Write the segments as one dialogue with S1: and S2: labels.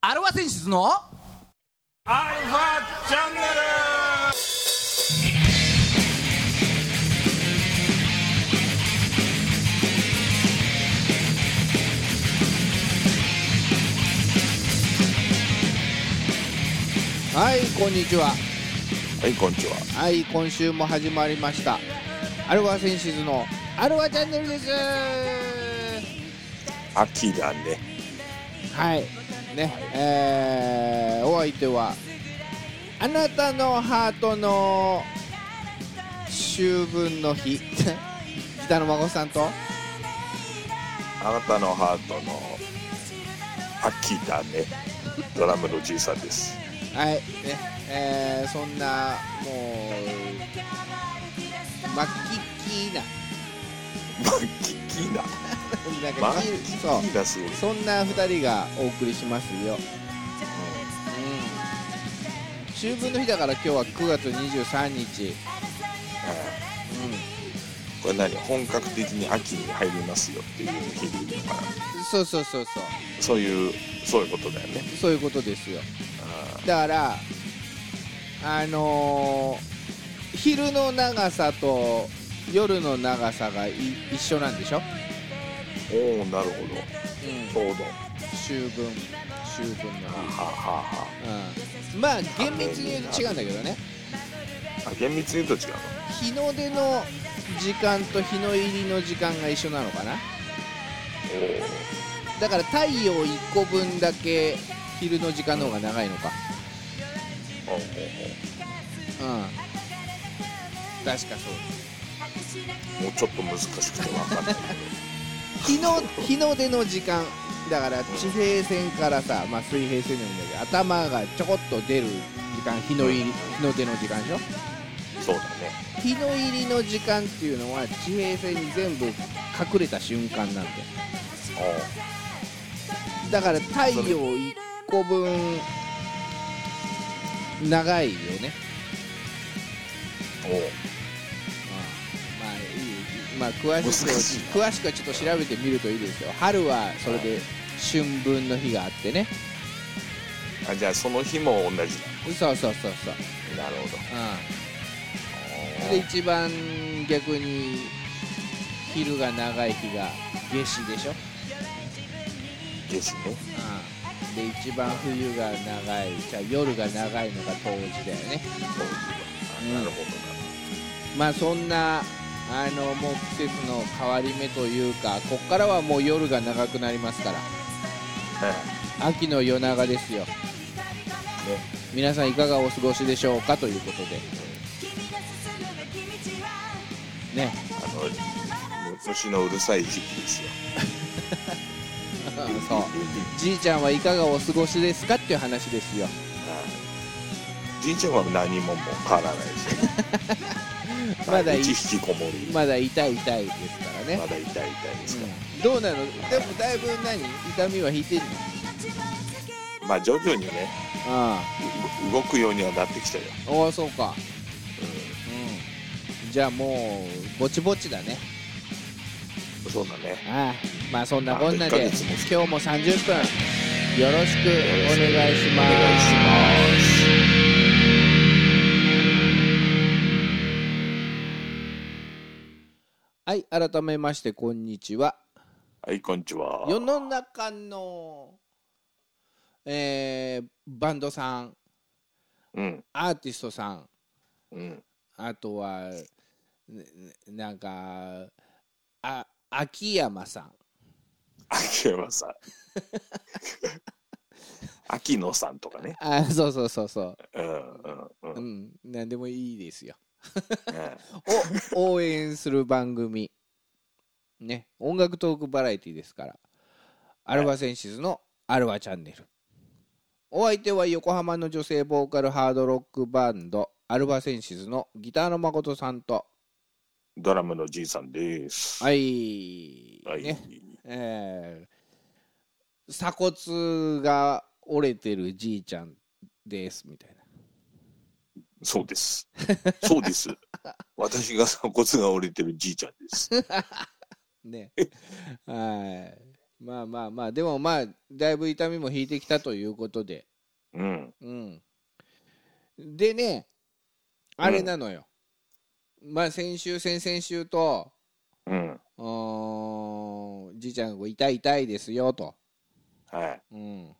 S1: アルファ選出の
S2: アルファチャンネル
S3: はいこんにちは
S2: はいこんにちは
S3: はい今週も始まりましたアルファセンシズのアルファチャンネルです
S2: 秋だね
S3: はいねえー、お相手はあなたのハートの秋分の日 北野孫さんと
S2: あなたのハートの秋だねドラムのじいさんです
S3: はいねえー、そんなもうマキキな
S2: マッキーナ
S3: なんか
S2: マッ
S3: キ
S2: キ
S3: そう
S2: ーナすごい
S3: そんな2人がお送りしますよ、うん、秋分の日だから今日は9月23日、
S2: あ
S3: う
S2: ーこれ何本格的に秋に入りますよっていう日々だから
S3: ん、そうそうそうそう
S2: そういうそういうことだよね
S3: そういうことですよ
S2: あ
S3: だからあのー昼の長さと夜の長さがい一緒なんでしょ、
S2: ーおおな
S3: う
S2: る
S3: ん
S2: ほどちょうど
S3: 秋分秋分の
S2: はあ
S3: 日
S2: はあはあ
S3: うん、まあ厳密に言うと違うんだけどね
S2: あ厳密に言うと違うの
S3: 日の出の時間と日の入りの時間が一緒なのかな
S2: おお
S3: だから太陽1個分だけ昼の時間の方が長いのか
S2: おうおう
S3: うん確かそう
S2: おうもうちょっと難しくて分かんない
S3: 日の日の出の時間だから地平線からさ、まあ、水平線でもいいんだけど頭がちょこっと出る時間日の入り日の出の時間でしょ
S2: けどそうだね
S3: 日の入りの時間っていうのは地平線に全部隠れた瞬間なんだよ
S2: お
S3: だから太陽1個分長いよね
S2: うおう
S3: まあいい、まあ、詳しく
S2: 難しい
S3: 詳しくはちょっと調べてみるといいですよ春はそれで春分の日があってね
S2: あじゃあその日も同じ
S3: そうそうそうそう、
S2: だなるほ
S3: う
S2: ど
S3: ん、で一番逆に昼が長い日が夏至でしょ、
S2: ですね
S3: うん、で一番冬が長いじゃあ夜が長いのが冬至だよね
S2: そう
S3: うん
S2: なるほ
S3: まあそんなあのもう季節の変わり目というかこっからはもう夜が長くなりますから
S2: どな、
S3: 秋の夜長ですよ
S2: ね
S3: 皆さんいかがお過ごしでしょうかということでね
S2: あの虫のうるさい時期ですよ
S3: そうじいちゃんはいかがお過ごしですかっていう話ですよ
S2: はいじいちゃんは何ももう変わらないです よ
S3: まだい
S2: 毎日引きこもり
S3: まだ痛い痛いですからね、
S2: まだ痛い痛いですから、
S3: うんどうなのでもだいぶ何痛みは引いてるの
S2: まあ徐々にね
S3: あ
S2: う動くようにはなってきたよ、
S3: あおおそうか
S2: う
S3: うんじゃあもうぼちぼちだね
S2: ん、そうだね
S3: ああまあそんなこんな
S2: あと
S3: で
S2: 一ヶ月
S3: 今
S2: も
S3: 日も30分よろしくお願いし
S2: お
S3: ま
S2: 願いし
S3: す
S2: ます
S3: はい改めましてこんにちは
S2: はい、こんにちは。
S3: 世の中の、えーバンドさん
S2: うん、
S3: アーティストさん
S2: うん、
S3: あとはねねなんかあ秋山さん
S2: 秋山さん。秋野さんとかね。
S3: あそうそうそうそ
S2: うん、うん、うん
S3: う、う
S2: うん。
S3: ん、何でもいいですよを 応援する番組ね音楽トークバラエティですからアルファセンシズのアルファチャンネルお相手は横浜の女性ボーカルハードロックバンドアルファセンシズのギターの誠さんと
S2: ドラムのじいさんです。
S3: はい、
S2: はい。
S3: ねえー鎖骨が折れてるじいちゃんですみたいな
S2: そうです。そうです。私が鎖骨が折れてるじいちゃんです。
S3: ね はいまあまあまあでもまあだいぶ痛みも引いてきたということで
S2: うん
S3: うんでねあれなのよ、まあ先週先々週と
S2: うん
S3: うーんじいちゃんがこう痛い痛いですよと、
S2: はい
S3: うん、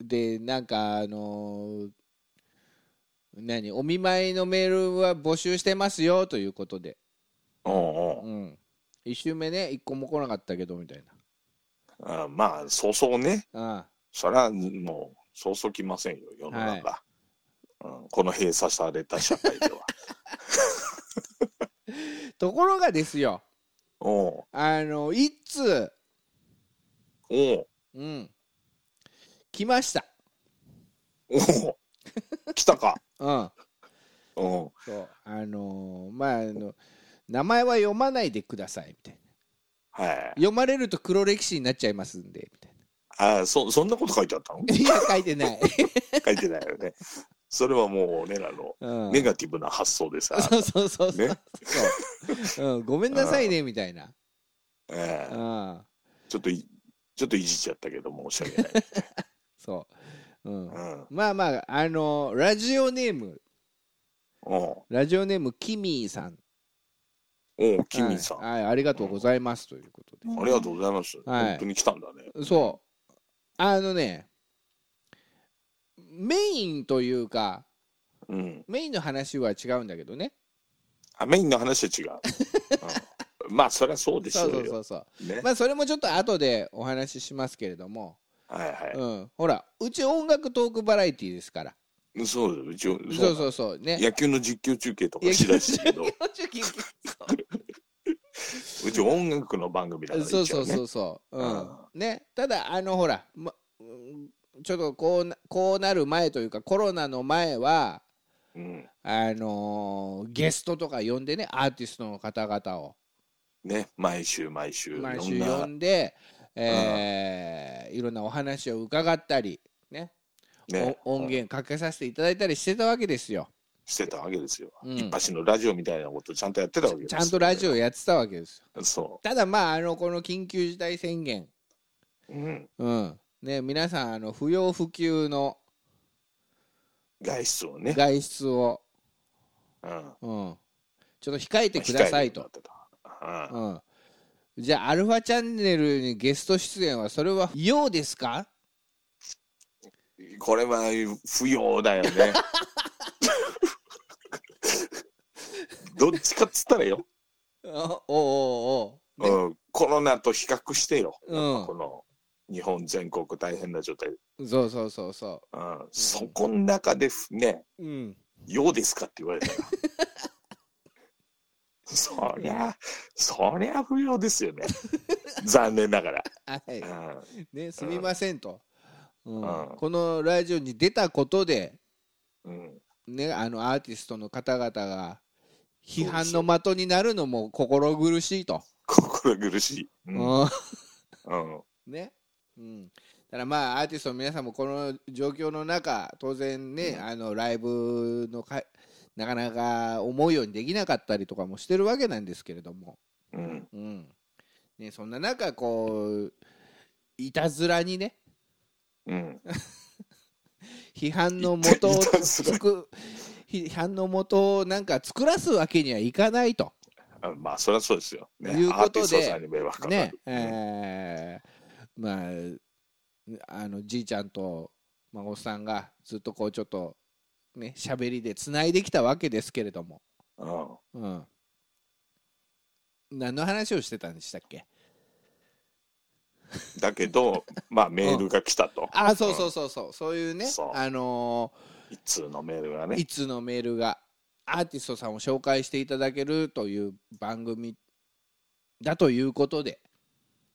S3: でなんかあのー何お見舞いのメールは募集してますよということで、
S2: おうおう
S3: うん、1周目ね1個も来なかったけどみたい
S2: あまあそうそうね
S3: なあ
S2: そりゃもうそうそう来ませんよ世の中、うん、この閉鎖された社会では
S3: あところがですよ
S2: おう
S3: あの一通、
S2: おう
S3: うん、来ました、
S2: おお来たか。
S3: うん、
S2: うん。
S3: そうあのーまああの名前は読まないでくださいみたいな
S2: はい。
S3: 読まれると黒歴史になっちゃいますんでみたいな。
S2: あそ、そんなこと書いてあっ たの
S3: いや書いてない、
S2: 書いてないよね。それはもう、俺らの
S3: うん、
S2: ネガティブな発想で さ。
S3: そうそうそうそう
S2: ね
S3: そう、うん、ごめんなさいねみたいな、
S2: え
S3: う
S2: え
S3: ん、
S2: ちょっとい、ちょっといじっちゃったけど、申し訳ない。
S3: そう、うん、
S2: うん。
S3: まあまああのラジオネーム
S2: お
S3: ラジオネームキミーさん
S2: うん。おう、キミさん、
S3: はいはいありがとうございますということで、
S2: ありがとうございます。
S3: はい
S2: 本当に来たんだね。
S3: そうあのねメインというか
S2: うん。
S3: メインの話は違うんだけどね
S2: あ、メインの話は違う。うん、まあ、そりゃそうでしょ
S3: そう
S2: う
S3: そ
S2: よ。
S3: うそうそう
S2: ね、
S3: まあそれもちょっと後でお話ししますけれども、
S2: はいは
S3: うん、ほらうち音楽トークバラエティーですから
S2: い。そうだよ。うち、そう
S3: そう
S2: だ
S3: そうそうね
S2: 野球の実況中継とかしだしたけど、うち音楽の番組だから、
S3: そうそう
S2: 一応ね
S3: そうそう、う
S2: うん
S3: んね、ただあのほら、ま、うんちょっとこうなこうなる前というかコロナの前は
S2: うん、
S3: あのーゲストとか呼んでねアーティストの方々を
S2: ね毎週毎週
S3: 毎週
S2: いろ
S3: 呼
S2: ん
S3: んで、えーいろんなお話を伺ったり、ね
S2: な、ね、
S3: お音源かけさせていただいたりしてたわけですよ、
S2: してたわけですよ、
S3: うん
S2: 一発のラジオみたいなことちゃんとやってたわけです
S3: ちゃんとラジ
S2: オ
S3: オやってたわけですよ
S2: そ
S3: ただまああのこの緊急事態宣言
S2: う、うん、
S3: うんね、皆さんあの不要不急の
S2: 外出をね、
S3: 外出を、
S2: うん、ま
S3: うん、ちょっと控えて
S2: あ
S3: ください
S2: 控
S3: と、
S2: えてもらってた
S3: うん、じゃあアルファチャンネルにゲスト出演はそれはようですか
S2: うん、これは不要だよ ねどっちかっつったらよ、
S3: あおうおうおう、ね
S2: うん、コロナと比較してよ、
S3: うん
S2: この日本全国大変な状態、
S3: そうそうそうそ
S2: うん、そこの中でふね、
S3: う、うん、
S2: ようですかって言わ れたら。そりゃ、そりゃ不要ですよね。残念なが ら。
S3: はい、
S2: う
S3: ね、すみませんと、うん
S2: うん
S3: このラジオに出たことで、
S2: ん。うん。
S3: ね、あのアーティストの方々が批判の的になるのも心苦しいと。
S2: 心苦しい。うん。
S3: うん
S2: うん。
S3: ね。うん。だからまあアーティストの皆さんもこの状況の中当然ね、
S2: うん
S3: あのライブのかなかなか思うようにできなかったりとかもしてるわけなんですけれども、
S2: うん。
S3: うんね、そんな中こういたずらにね
S2: うん。
S3: 批判の元を
S2: いたずら
S3: つく批判の元をなんか作らすわけにはいかないと。
S2: あまあ、そりゃそうですよ。ね。
S3: いう
S2: ア
S3: こ
S2: ーテ
S3: と
S2: ィ
S3: で
S2: ストさんに迷惑かかる。
S3: ねえーまああのじいちゃんと孫さんがずっとこうちょっとね喋りでつないできたわけですけれども、
S2: うん。
S3: うん、何の話をしてたんでしたっけ
S2: だけど、まあ、メールが来たと。
S3: あそうそうそうそうそういうね
S2: そう
S3: あの
S2: 一通のメールが
S3: ー
S2: ね
S3: い。つのメールがアーティストさんを紹介していただけるという番組だということで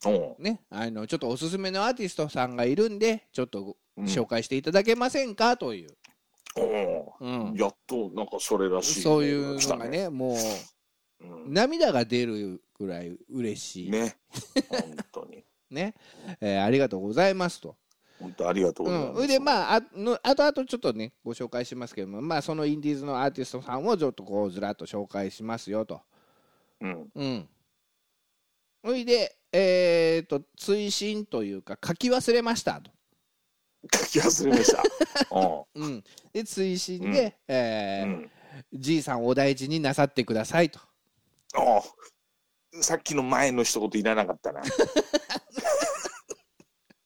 S2: うん
S3: ねあのちょっとおすすめのアーティストさんがいるんでちょっとご
S2: うん
S3: 紹介していただけませんかという、う
S2: うんん。やっと、なんか、それらしい。
S3: そういうの
S2: た
S3: が。ねもう
S2: うん
S3: 涙が出るぐらい嬉しいね
S2: ね。本当に。
S3: えーありがとうございますと。
S2: 本当ありがとう
S3: う
S2: ござい
S3: ん、
S2: ま
S3: そ
S2: す。
S3: れでまああの後々ちょっとねご紹介しますけども、まあ、そのインディーズのアーティストさんをちょっとこうずらっと紹介しますよと。
S2: うん。
S3: うん、それで、えー、と追伸というか書き忘れましたと、
S2: 書き忘れました。う
S3: うん、で追伸で、え
S2: ん。う
S3: ー
S2: ん。
S3: じいさんお大事になさってください」と
S2: おうさっきの前の一言いらなかったな。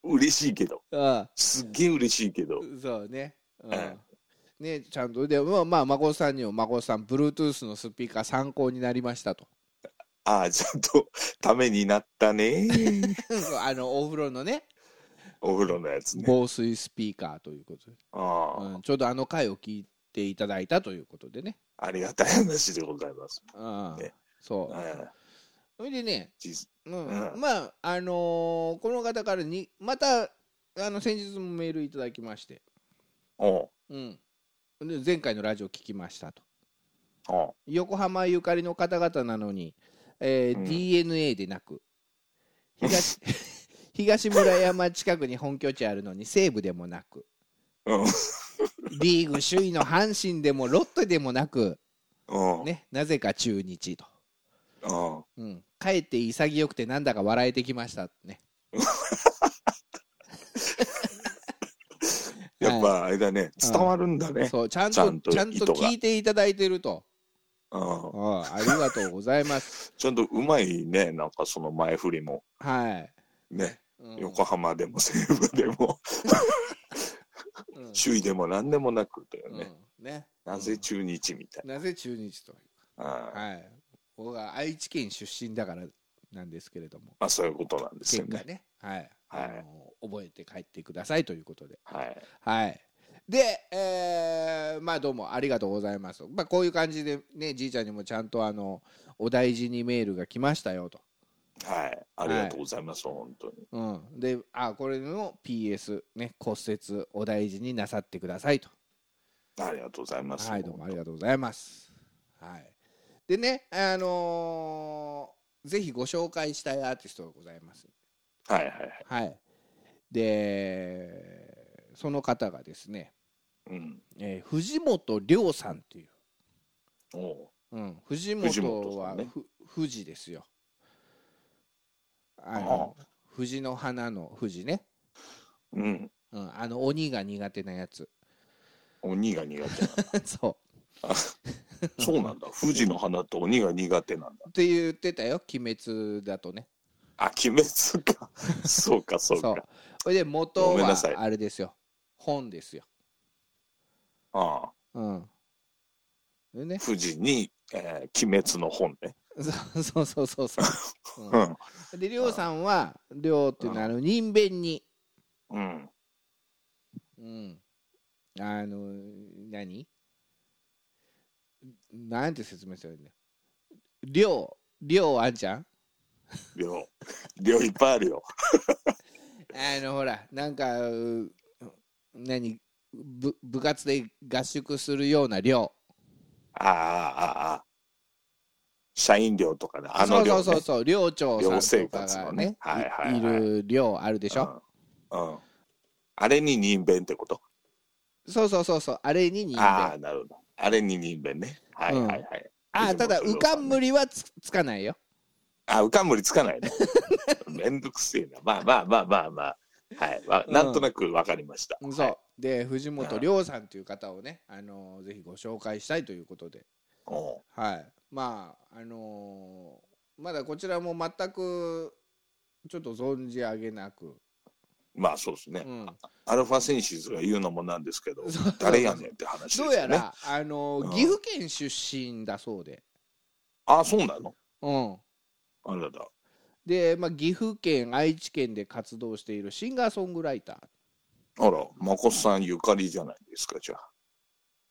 S2: 嬉しいけど。
S3: あ
S2: すっげえ嬉しいけど。
S3: そうね、う
S2: え
S3: ん、ねちゃんとでまあまあ孫さんにも孫さん Bluetooth のスピーカー参考になりました と
S2: ああ、ちゃんとためになったね。
S3: あのお風呂のね
S2: お風呂のやつね。
S3: 防水スピーカーということで、
S2: ああ、
S3: うん、ちょうどあの回を聞いていただいたということでね、
S2: ありがたい話でございます。
S3: うん
S2: ね
S3: そう
S2: うん
S3: それでね、
S2: じい
S3: うん
S2: うん
S3: まああのーこの方からにまたあの先日もメールいただきまして、
S2: おう
S3: うん、で前回のラジオ聞きましたと
S2: おう
S3: 横浜ゆかりの方々なのに、えー
S2: うん
S3: DNA でなく 東東村山近くに本拠地あるのに西武でもなく
S2: うん。
S3: リーグ首位の阪神でもロッテでもなく、
S2: うん。
S3: ね、なぜか中日と、
S2: うん。
S3: うん、かえって潔くてなんだか笑えてきましたね
S2: やっぱあれだね、伝わるんだね。
S3: そうちゃんとち
S2: ち
S3: ゃ
S2: ゃ
S3: ん
S2: ん
S3: と
S2: と
S3: 聞いていただいてると
S2: うん。
S3: ああありがとうございます
S2: ちゃんとうまいね、なんかその前振りも。
S3: はい、
S2: ね、
S3: うん
S2: 横浜でも西武でも、
S3: うん
S2: 首位でも何でもなくだよね。
S3: うんね
S2: なぜ中日みたい
S3: なぜ中日と
S2: な。ああ
S3: はい、僕は愛知県出身だからなんですけれども、
S2: まあそういうことなんですよ
S3: 結果
S2: ね。
S3: ね、はい
S2: はい
S3: あの覚えて帰ってくださいということで、
S2: はい。
S3: はい、で、えーまあどうもありがとうございます、まあ、こういう感じで、ね、じいちゃんにもちゃんとあのお大事にメールが来ましたよと、
S2: はい。ありがとうございます、本当に。
S3: うん、であこれの PS、ね、骨折、お大事になさってくださいと。
S2: ありがとうございます。
S3: はい、どうもありがとうございます。はい、でね、あのーぜひご紹介したいアーティストがございます。
S2: はいはいはい。
S3: はい、で、その方がですね、
S2: うん。
S3: えー藤本涼さんという、
S2: おう
S3: うん、藤
S2: 藤
S3: 本
S2: 本
S3: は
S2: さんね
S3: ふ富士ですよ。あの
S2: あ
S3: 藤の花の藤ね、
S2: うん。
S3: うん、あの鬼が苦手なやつ。
S2: 鬼が苦手な
S3: そう
S2: の。そうなんだ。富士の花と鬼が苦手なんだ。
S3: って言ってたよ、鬼滅だとね。
S2: あ、鬼滅 か。そうか、そう
S3: そう
S2: か。
S3: それで元
S2: ごめんな
S3: は
S2: さい
S3: あれですよ本ですよ
S2: ああ。
S3: うんでね
S2: 富士に、えー鬼滅の本ね。
S3: そうそうそうそう、
S2: う。
S3: うんん、で亮さんは亮っていうのはあの人弁に
S2: うん。
S3: うんあの何なんて説明すればいいんだよ亮亮あんちゃん
S2: 量。量いっぱいあるよ。
S3: あのほらなんかう何部部活で合宿するような亮
S2: ああ、ああ、ああ。社員寮とかね。あの量、ね。
S3: そうそうそうそう寮長さんとか
S2: 寮生活
S3: が
S2: の
S3: ね
S2: ねはいはいはい
S3: いる寮あるでしょ、
S2: うん。うん。あれに人弁ってこと。
S3: そうそうそうそうあれに人弁
S2: あ
S3: あ
S2: あ、なるほど。あれに人弁ね。はいはいはい。
S3: あただ
S2: 藤
S3: 浮か
S2: 本さん
S3: ん
S2: ね
S3: むりはつつかないよ
S2: あ、浮かんむりつかないね。 めんどくせえな。まあまあまあまあまあ。はい。わ
S3: うん
S2: なんとなくわかりました。
S3: そう、
S2: はい。
S3: で藤本涼さんという方をね、あのーぜひご紹介したいということで
S2: おう
S3: はいまああのーまだこちらも全くちょっと存じ上げなく、
S2: まあそうです
S3: う
S2: ね。
S3: ん、
S2: アルファセンシズが言うのもなんですけど
S3: そう、
S2: 誰やねんって話ですよ
S3: ど
S2: ね。
S3: うやら、あのー
S2: うん
S3: 岐阜県出身だそうで、
S2: あ、そうなの
S3: うん、
S2: あらだ。
S3: で、まあ、岐阜県愛知県で活動しているシンガーソングライター
S2: あら、まこさんゆかりじゃないですか、じゃあ。
S3: うん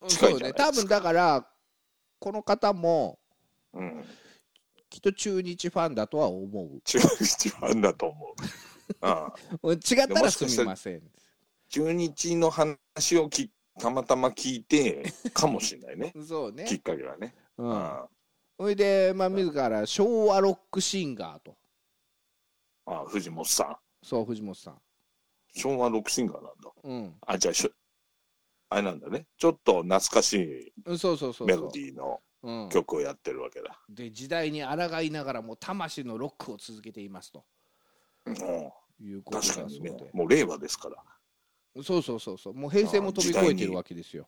S2: 近い
S3: そ
S2: ん
S3: う
S2: じゃな
S3: ね
S2: いですか
S3: 多分だからこの方も
S2: うん。
S3: きっと中日ファンだとは思う
S2: 中日ファンだと思 う。うん。
S3: うん違ったらすみません
S2: 中日の話をきたまたま聞いて、 かもしれないね。
S3: そう
S2: きっ
S3: ね
S2: かけはね。
S3: う
S2: うんん。
S3: それで、まあ、自ら昭和ロックシンガーと
S2: あ、藤本さん。
S3: そう藤本さん
S2: 昭和ロックシンガーなんだ。
S3: うん
S2: あ、じゃあしょ、あれなんだね。ちょっと懐かし
S3: うんそうそう
S2: い
S3: そう
S2: メ
S3: そ
S2: ロディーの
S3: う、うん、
S2: 曲をやってるわけだ。
S3: で時代に抗いながらも魂のロックを続けていますと
S2: うん
S3: いうことだ
S2: 確
S3: そ
S2: か
S3: う
S2: にね
S3: で。
S2: もう令和ですから。
S3: そうそうそうそう。もう平成も飛び越えてるわけですよ。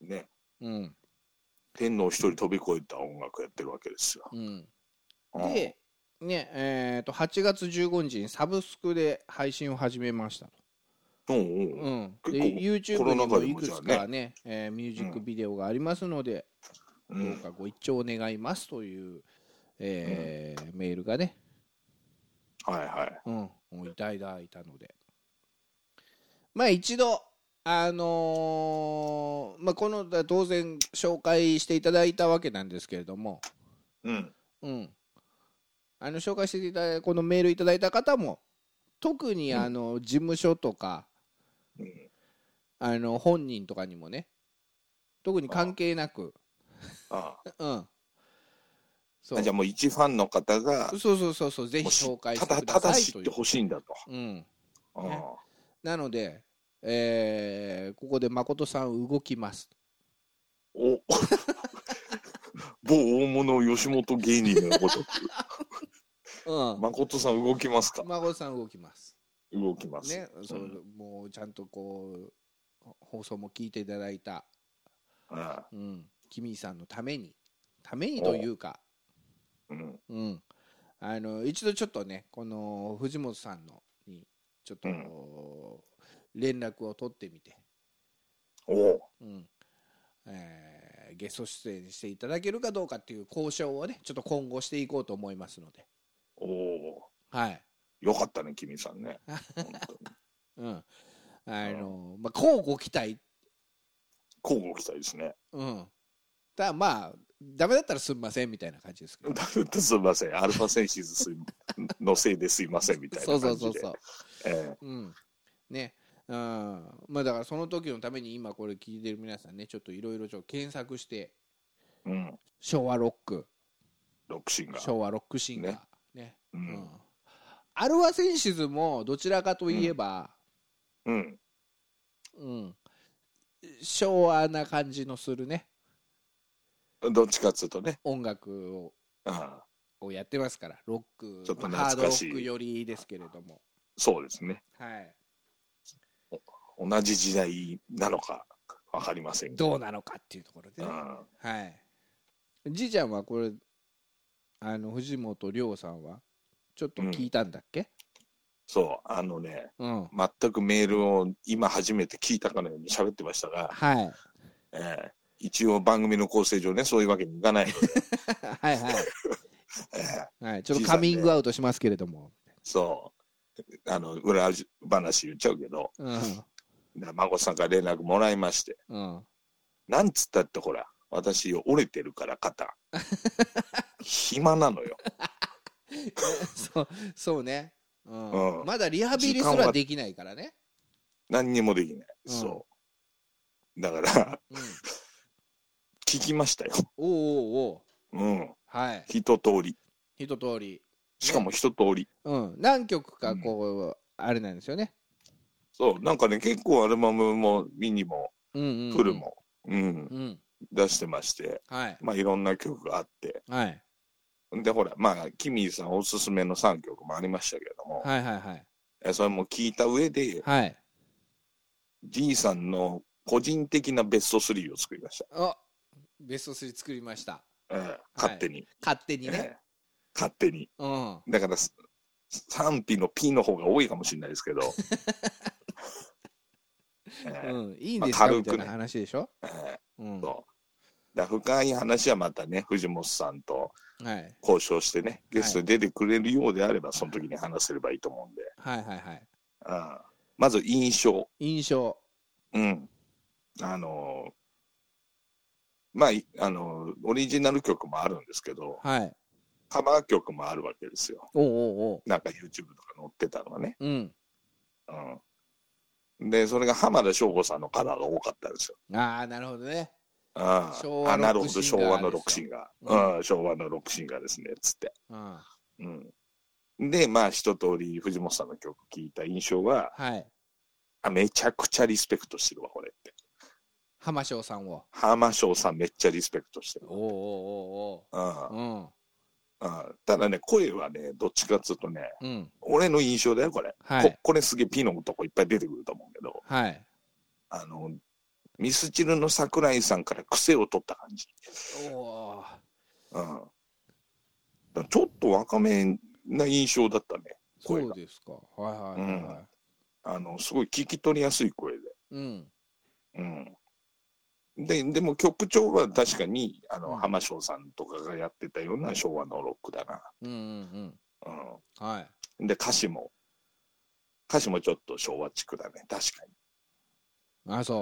S2: ね。
S3: うん。
S2: 天皇一人飛び越えた音楽やってるわけですよ。
S3: うん。
S2: うん
S3: で、ね、えっ、と、8月15日にサブスクで配信を始めました。
S2: うんうん。
S3: うん。で、
S2: 結
S3: YouTube
S2: 構コロ
S3: に
S2: ナ禍
S3: も
S2: で
S3: い
S2: も
S3: く
S2: じゃ
S3: つ
S2: あね
S3: かね、えーミュージックビデオがありますので、
S2: う
S3: どうかご一聴願いますという、えーメールがね、
S2: はいはい。
S3: うん、もういたいたいたので。まあ一度、あのーまあこの、だ当然紹介していただいたわけなんですけれども、
S2: うん。
S3: うん。あの、紹介していただいた、このメールいただいた方も、特にあの、事務所とか、
S2: うん
S3: あの、本人とかにもね、特に関係なく、
S2: あ
S3: うん。そ
S2: あ
S3: う
S2: じゃあもう一ファンの方が、
S3: そうそうそうそう、ぜひ
S2: もうし
S3: 紹介したて
S2: だ
S3: く
S2: た
S3: だ
S2: だ
S3: さい
S2: 知
S3: と
S2: っ
S3: い
S2: て
S3: う。
S2: ほしいんだと。
S3: うん。
S2: うん
S3: ねなので、えーここで誠さん動きます。
S2: お某大物吉本芸人のこと。
S3: うん。
S2: 誠さん動きますか
S3: 誠さん動きます。
S2: 動きます。
S3: ね、そう
S2: うん
S3: もうちゃんとこう放送も聞いていただいた、
S2: ああ
S3: うん、キミさんのためにためにというか、
S2: うん
S3: うん、あの一度ちょっとねこの藤本さんのにちょっと、
S2: うん
S3: 連絡を取ってみて、
S2: おう
S3: うんえーゲスト出演していただけるかどうかっていう交渉をねちょっと今後していこうと思いますので、
S2: おお
S3: はい
S2: よかったね、君さんね。本当
S3: う
S2: に
S3: ん、あのまあ交互期待、
S2: 交互期待ですね。
S3: うん、ただまあダメだったらすんませんみたいな感じですけど。
S2: すみません、アルファセンシズすいのせいですいませんみたい
S3: そう
S2: な
S3: そ
S2: 感
S3: うそ
S2: じ
S3: う
S2: で。
S3: そう。
S2: え
S3: うん。ね。うん。まあだからその時のために今これ聞いてる皆さんね、ちょっといろいろちょっと検索して、
S2: えうん、
S3: 昭和ロック、
S2: ロックシンガー。
S3: 昭和ロックシンガー。ね。
S2: う
S3: うん
S2: ん。
S3: アルワセンシズもどちらかといえば、
S2: うん。
S3: うん。昭和な感じのするね、
S2: どっちかっつうとね、
S3: 音楽を
S2: ああ
S3: をやってますから、ロック、
S2: ちょっと懐か
S3: まあ
S2: しい
S3: ハードロックよりですけれども。
S2: そうですね。
S3: はい。
S2: 同じ時代なのかわかりませんが。
S3: どうなのかっていうところで
S2: う
S3: ね。
S2: ん
S3: はい。じいちゃんはこれ、あの、藤本涼さんは、ちょっと聞いたんだっけ
S2: そう、あのね、
S3: うん。
S2: 全くメールを今初めて聞いたかのように喋ってましたが、
S3: はい。
S2: ええ一応番組の構成上ね、そういうわけにいかない ので、
S3: はいはい。
S2: ええ
S3: はい。ちょっとカミングアウトしますけれども。
S2: そう、あの、裏話言っちゃうけど、
S3: うん。
S2: 孫さんから連絡もらいまして、
S3: うん。
S2: なんつったってほら、私折れてるから 肩。暇なのよ。
S3: そう、そうね。うん。
S2: うん
S3: まだリハビリす
S2: 時間
S3: ら
S2: は
S3: できないからね。
S2: 何にもできない。
S3: うん
S2: そう。だから、
S3: うん。
S2: 聞きましたよ。
S3: おうおうおう
S2: うん。
S3: はい。
S2: 一通り。
S3: 一通り。
S2: しかも一通り。
S3: うん。何曲かこう、あれなんですよね。
S2: そう。なんかね、結構アルバムもミニも
S3: うんうんうん。
S2: フル。も、うん、
S3: うん。
S2: 出してまして、
S3: はい。
S2: まあいろんな曲があって。
S3: はい。
S2: で、ほら、まあ、キミーさんおすすめの3曲もありましたけれども、
S3: はいはいはい。
S2: えそれも聞いた上で、
S3: はい。
S2: D さんの個人的なベスト3を作りました。
S3: あベスト3作りました。
S2: ええ勝手に。
S3: 勝手に
S2: え
S3: ね。
S2: え勝手に。
S3: うん。
S2: だから、す賛否の P の方が多いかもしれないです けど。ええ
S3: うん、いいんですか、
S2: まあ
S3: み
S2: 軽く
S3: た
S2: ね
S3: いな話でしょ、
S2: え
S3: うん
S2: えそうだから深い話はまたね、藤本さんと
S3: はい、
S2: 交渉してね、ゲストに出てくれるようであれば、その時に話せればいいと思うんで。
S3: はいはいはい
S2: うんまず印象。
S3: 印象
S2: うん。あのーまあ、いあのーオリジナル曲もあるんですけど、
S3: はい
S2: カバー曲もあるわけですよ。
S3: おうおうお
S2: なんか YouTube とか載ってたのはね。
S3: ううん
S2: うんで、それが浜田省吾さんのカラーが多かったんですよ。
S3: ああなるほどね
S2: あ
S3: 昭
S2: あ、
S3: 和
S2: なる
S3: ロ
S2: ほ
S3: ック
S2: ど、
S3: シン
S2: 昭
S3: ガー
S2: 和のロックシンガー。うん、昭和のロックシンガーですね、つって。
S3: うん
S2: うん。で、まあ、一通り藤本さんの曲聴いた印象は、
S3: はい
S2: あ、めちゃくちゃリスペクトしてるわ、これって。
S3: 浜翔さんを
S2: 浜省さんめっちゃリスペクトしてる。
S3: おうおうおう
S2: うん。
S3: おううん
S2: あただね、声はね、どっちかっつうとね、
S3: うん。
S2: 俺の印象だよ、これ。
S3: はい
S2: ここれすげえピのとこいっぱい出てくると思うけど、
S3: はい。
S2: あの、ミスチルの桜井さんから癖を取った感じ。
S3: おー
S2: うん。だからちょっと若めな印象だったね。声が
S3: そうですか。はいはいは
S2: あの、すごい聞き取りやすい声で。
S3: い。うん。
S2: うん。で、でも曲調は確かに、あの、
S3: うん
S2: 浜翔さんとかがやってたような昭和のロックだ
S3: うんうんう
S2: な。
S3: ん。はい。
S2: うん。で、歌詞も、歌詞もちょっと昭和チックだね、確かに。
S3: あ、そ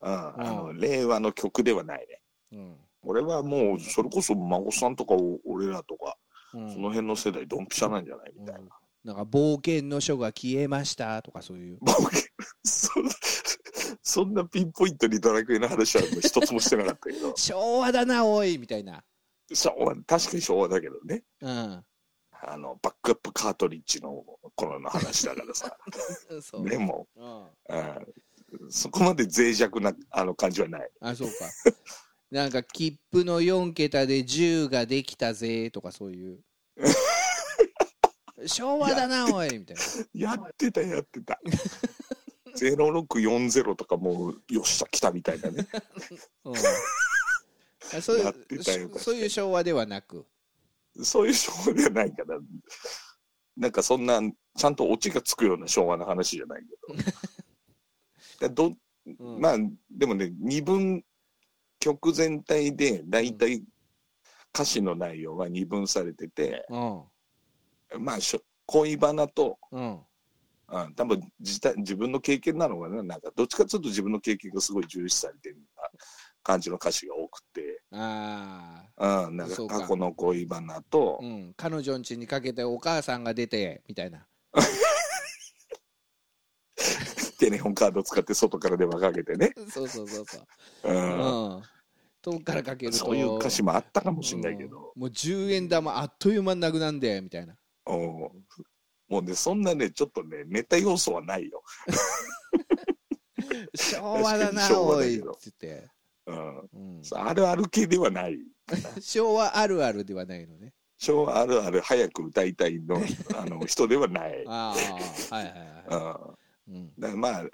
S2: うん。あ
S3: う
S2: の、令和の曲ではないね。
S3: う。うん。
S2: 俺はもう、それこそ孫さんとかお俺らとか、
S3: うん
S2: その辺の世代、ドンピシャなんじゃないみたいな。
S3: なんか冒険の書が消えましたとかそういう。
S2: 冒険そ そんなピンポイントにドラクエの話は一つもしてなかったけ ど
S3: 昭和だな、おいみたいな。
S2: 昭和確かに昭和だけどね
S3: うん。
S2: あのバックアップカートリッジの頃の話だからさ
S3: そう。
S2: でも、
S3: うん。
S2: うんそこまで脆弱なあの感じはない
S3: あ、そうか。なんか切符の4桁で10ができたぜとかそう いう。昭和だな、おいみたいな。
S2: やってた やってた0640とかもうよっしゃ来たみたいなね
S3: うん、あそうい
S2: やって
S3: う
S2: たよ
S3: そそういう昭和ではなく。
S2: そういう昭和ではないからなんかそんなちゃんとオチがつくような昭和の話じゃないけ どだど
S3: うん
S2: まあでもね二分曲全体で大体歌詞の内容は二分されてて、まあしょ恋バナと、
S3: うん。うん。
S2: うん、多分自体自分の経験なのかななんかどっちかちょっと自分の経験がすごい重視されてるような感じの歌詞が多くて、
S3: ああ。
S2: うん、なん
S3: そ
S2: か
S3: うか
S2: 過去の恋バナと、
S3: うん。彼女ん家にかけてお母さんが出て、みた いな。
S2: テレホンカード使って外から電話かけてね、
S3: そうそうそうそう。
S2: うん
S3: うん。遠くからかけると。
S2: そういう歌詞もあったかもしれないけど。
S3: うんもう10円玉あっという間になくなんで、みたい な。
S2: おもうね、そんなね、ちょっとね、ネタ要素はないよ。
S3: 昭和だな、
S2: 昭和
S3: お
S2: だ
S3: い
S2: け
S3: っ
S2: ど
S3: つって。
S2: うん。
S3: うん、
S2: あるある系ではない。
S3: 昭和あるあるではないのね。
S2: 昭和あるある早く歌いたい のあの人ではない。うん。
S3: ああ、はいはい
S2: だ
S3: は
S2: か
S3: い。うん。
S2: らまあ、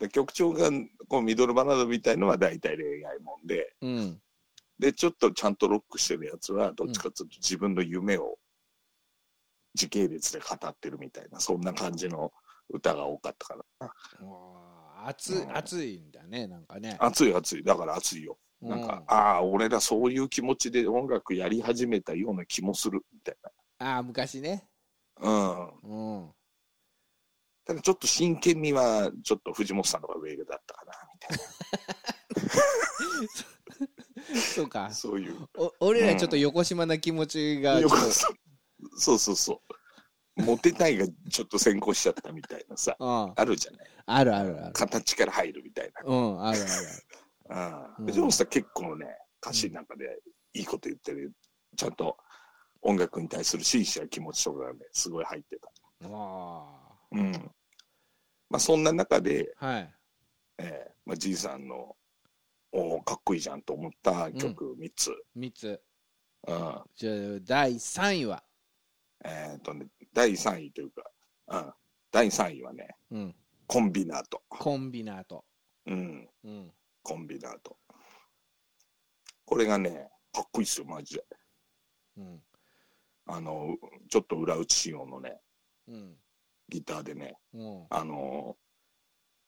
S2: で曲調がこうミドルバナードみたいのは大体恋愛もんで、
S3: うん。
S2: で、ちょっとちゃんとロックしてるやつは、どっちかというと自分の夢を時系列で語ってるみたいな、そんな感じの歌が多かったから。
S3: わあ熱い、
S2: うん
S3: 熱いんだね、なんかね。
S2: 熱い熱い、だから熱いよ。なんか、ああ、俺らそういう気持ちで音楽やり始めたような気もするみたい
S3: うん、ああ、昔ね。
S2: な。うん。
S3: うん。
S2: ただちょっと真剣味は、ちょっと藤本さんの方が上だったかな、みたい
S3: そうか
S2: な。。そういう。
S3: お俺らちょっと横島な気持ちが、ちょ
S2: よ
S3: っと。
S2: くそうそうそうそう。モテたいがちょっと先行しちゃったみたいなさ
S3: うん。
S2: あるじゃない。
S3: あるあるある。
S2: 形から入るみたい
S3: うん、あるある
S2: な。
S3: う
S2: う。
S3: んん
S2: 藤本さん結構ね、歌詞なんかでいいこと言ってる。ちゃんと音楽に対する真摯な気持ちとかがね、すごい入ってた。
S3: ある。 わ
S2: うん。まあそんな中で、
S3: あ。はい。
S2: えーまあ、じいさんのおーかっこいいじゃんと思った曲3つ、
S3: 3つ。
S2: うん
S3: じゃあ、第3位は。
S2: えーとね、第3位というか、うん、第3位はね
S3: うん。
S2: コンビナート、
S3: コンビナート。
S2: うん、
S3: うん。
S2: コンビナートこれがねかっこいいっすよマジで
S3: うん。
S2: あのちょっと裏打ち仕様のね
S3: うん。
S2: ギターでね
S3: うん。
S2: あの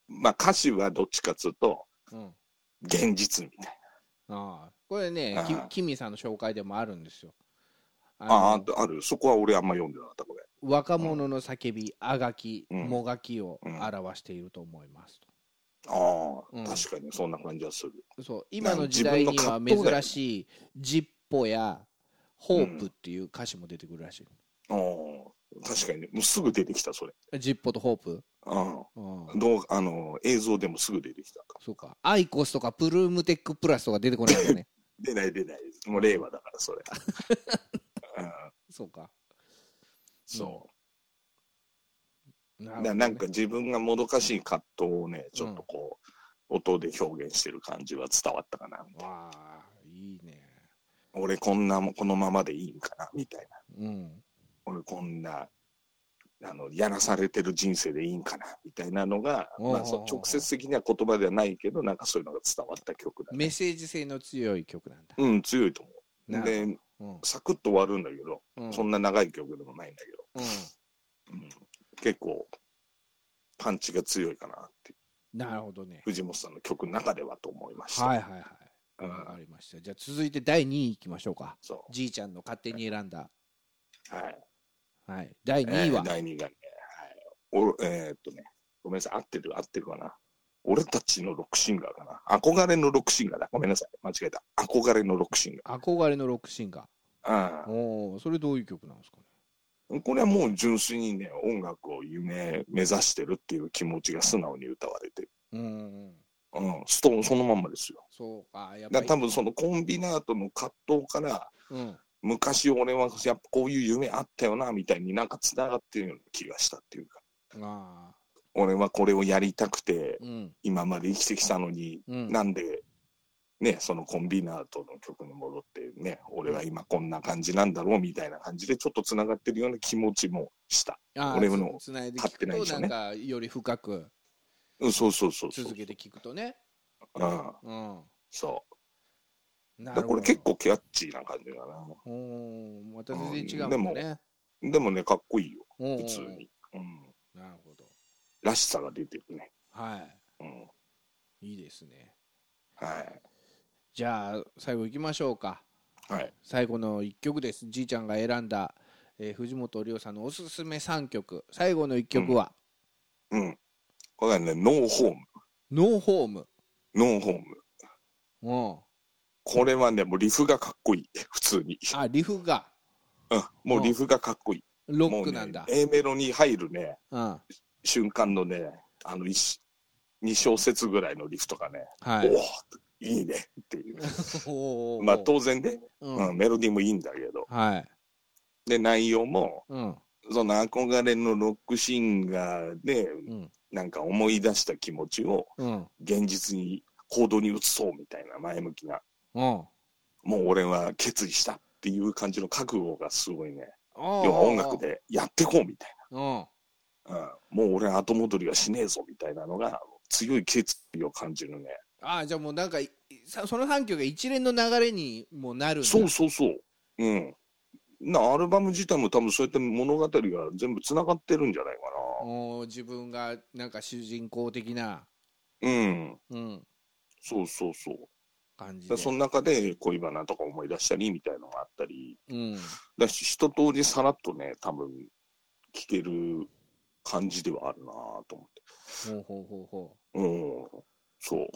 S2: まあ歌詞はどっちかっつうと
S3: うん。
S2: 現実みたいな
S3: ああ。これね
S2: ああ、
S3: きキミさんの紹介でもあるんですよ。
S2: あ
S3: あの
S2: ああるそこは俺あんま読んでなかったこれ
S3: 若者の叫び、あがき、
S2: うん
S3: もがきを
S2: うん
S3: 表していると思いますと。
S2: ああ、
S3: うん
S2: 確かにそんな感じはする
S3: そう今の時代には珍しい「ジッポ」や「ホープ」っていう歌詞も出てくるらしい。
S2: ああ、確かにね、もうすぐ出てきた、それ。
S3: ジッポとホープ、
S2: あ
S3: うん
S2: あ、、どう、あの、映像でもすぐ出てきた。
S3: そうか。アイコスとかプルームテックプラスとか出てこないよ ね。
S2: 出ない出ない、もう令和だから、それ。 うん、
S3: そうか。
S2: そ
S3: な
S2: う、な、なんか自分がもどかしい葛藤をね、ちょっとこう、音で表現してる感じは伝わったかな。
S3: わあ、いいね。
S2: 俺こんなもこのままでいいんかなみたいな
S3: うん
S2: 俺こんなあのやらされてる人生でいいんかなみたいなのが、
S3: おうおうおう
S2: まあ、そう直接的には言葉ではないけどなんかそういうのが伝わった曲だ、ね、
S3: メッセージ性の強い曲なんだ
S2: うん強いと思
S3: なる
S2: うで
S3: ほど
S2: サクッと終わるんだけど、
S3: うんうん
S2: そんな長い曲でもないんだけど、
S3: うん
S2: うん結構パンチが強いかなって
S3: なるほどね
S2: 藤本さんの曲の中ではと思いました、
S3: はいはいはい
S2: うん
S3: わかりましたじゃあ続いて第2位いきましょうか
S2: そ
S3: じいちゃんの勝手に選んだ
S2: うはい
S3: はい第2位
S2: え
S3: は
S2: ー第2位がね、はい、おえーっとねごめんなさい合ってる合ってるかな俺たちのロックシンガーかな憧れのロックシンガーだごめんなさい間違えた憧れのロックシンガー
S3: 憧れのロックシンガ
S2: あ
S3: ーおおそれどういう曲なんですかね
S2: あこれはもう純粋にね音楽を夢目指してるっていう気持ちが素直に歌われてる、
S3: うんうんうん
S2: うん、ストーンそのまんまですよ
S3: そうかやっぱ
S2: だ
S3: り
S2: から多分そのコンビナートの葛藤から
S3: うん
S2: 昔俺はやっぱこういう夢あったよなみたいになんかつながってるような気がしたっていうか
S3: あ
S2: 俺はこれをやりたくて
S3: ーうん
S2: 今まで生きてきたのに
S3: うん
S2: なんで、ね、そのコンビナートの曲に戻ってね、俺は今こんな感じなんだろうみたいな感じで、ちょっとつながってるような気持ちもした。
S3: あー
S2: 俺の
S3: つないで
S2: 買ってないん
S3: 聞
S2: で
S3: く
S2: す
S3: と
S2: よ
S3: なん
S2: ね
S3: かより深く
S2: うん、そうそうそうそう。
S3: 続けて聞くとね
S2: うん、
S3: うん
S2: そ
S3: な
S2: う。
S3: る
S2: だ
S3: ほど
S2: これ結構キャッチーな感じだな。
S3: おーまた全然違うん
S2: う
S3: だ
S2: んでも
S3: ね
S2: でもね、かっこいいよ、
S3: おー
S2: 普通に。うん。
S3: なるほど
S2: らしさが出てるね。
S3: は
S2: うん。
S3: いいいですね
S2: はい。
S3: じゃあ最後いきましょうか
S2: はい。
S3: 最後の1曲ですじいちゃんが選んだ、えー藤本龍さんのおすすめ3曲最後の1曲は
S2: うん。これはね、ノーホーム。
S3: 「ノーホーム
S2: ノーホーム。」
S3: うん
S2: これはね、もうリフがかっこいい。普通に。
S3: あリフが
S2: うん。もうリフがかっこいい。
S3: ロ
S2: も
S3: ッ
S2: う
S3: ク
S2: ね
S3: なんだ
S2: A メロに入るね。
S3: うんは
S2: 瞬間のね、あの一2小節ぐらいのリフとかね、
S3: い
S2: おおいいねっていう。
S3: おー
S2: まあ当然ね、
S3: う
S2: うんん、メロディーもいいんだけど。
S3: はい
S2: で、内容も、
S3: うん
S2: その憧れのロックシンガーで、
S3: うん
S2: なんか思い出した気持ちを
S3: うん
S2: 現実に行動に移そうみたいな前向きな、
S3: うん
S2: もう俺は決意したっていう感じの覚悟がすごいね、要
S3: 要
S2: は音楽でやってこうみたい
S3: うん
S2: な。うん、もう俺は後戻りはしねえぞみたいなのが、強い決意を感じるね。
S3: ああじゃあもうなんかいさその反響が一連の流れにもなるんだ
S2: そうそうそう。うん。なアルバム自体も多分そうやって物語が全部つながってるんじゃないか
S3: おー自分がなんか主人公的な、
S2: な。うん。
S3: うん、
S2: そうそうそう。
S3: 感じ
S2: だ
S3: で
S2: その中で恋バナとか思い出したりみたいのがあったり、
S3: うん、
S2: だし一通りさらっとね、多分聴ける感じではあるなと思
S3: ほうほうほうほ
S2: って。うん。そう。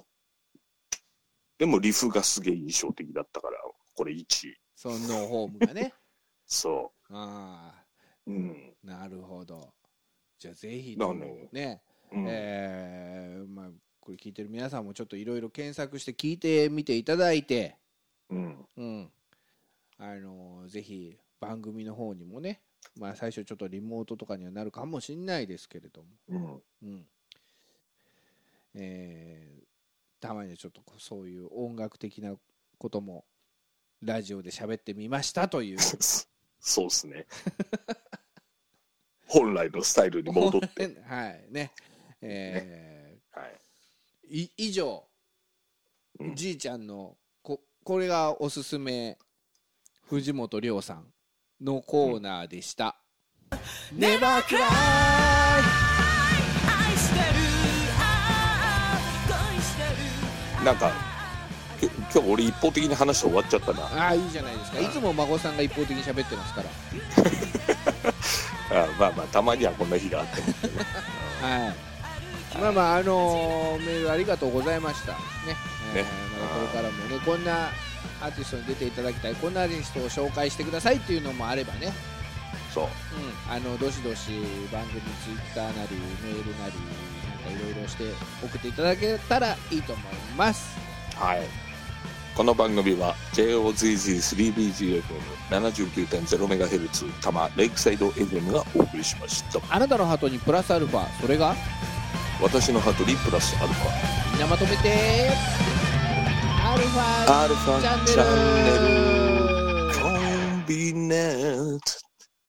S2: でもリフがすげえ印象的だったから、これ1位。
S3: うそのノーホームがね
S2: そ
S3: あ
S2: う。うん。
S3: あなるほどじゃあぜひ
S2: だ
S3: と
S2: ね
S3: もね
S2: うん
S3: えーまあこれ聞いてる皆さんもちょっといろいろ検索して聞いてみていただいて
S2: うん。
S3: うんあのーぜひ番組の方にもねまあ最初ちょっとリモートとかにはなるかもしんないですけれども
S2: うん。
S3: うんえーたまにはちょっとこうそういう音楽的なこともラジオで喋ってみましたと いう
S2: そうですね。 本来のスタイルに戻って。
S3: はいねえ
S2: はい。
S3: ーい以上、
S2: うん
S3: じいちゃんのここれがおすすめ藤本涼さんのコーナーでした「ネバークライ
S1: 愛してるああ恋してる
S2: なんか、き今日俺一方的に話終わっちゃったな。あ
S3: ああいいじゃないですかいつも孫さんが一方的に喋ってますから
S2: まあまあ、たまにはこんな日があっても。
S3: はい、まあまあ、あのーメールありがとうございました、ねえー
S2: ね
S3: またこれからもね、こんなアーティストに出ていただきたい、こんなアーティストを紹介してくださいっていうのもあればね、
S2: そう。
S3: うん、あのどしどし番組、ツイッターなり、メールなり、なんかいろいろして送っていただけたらいいと思います。
S2: はい。この番組は JOZZ3BGFM79.0MHz 多摩レイクサイド FM がお送りしました。
S3: あなたのハートにプラスアルファ、それが
S2: 私のハートにプラスアルフ
S3: みんなまとめて、アルファ
S2: ァ。アルフ
S3: チャンネ
S2: ァチャンネ
S3: ル。
S2: ル。night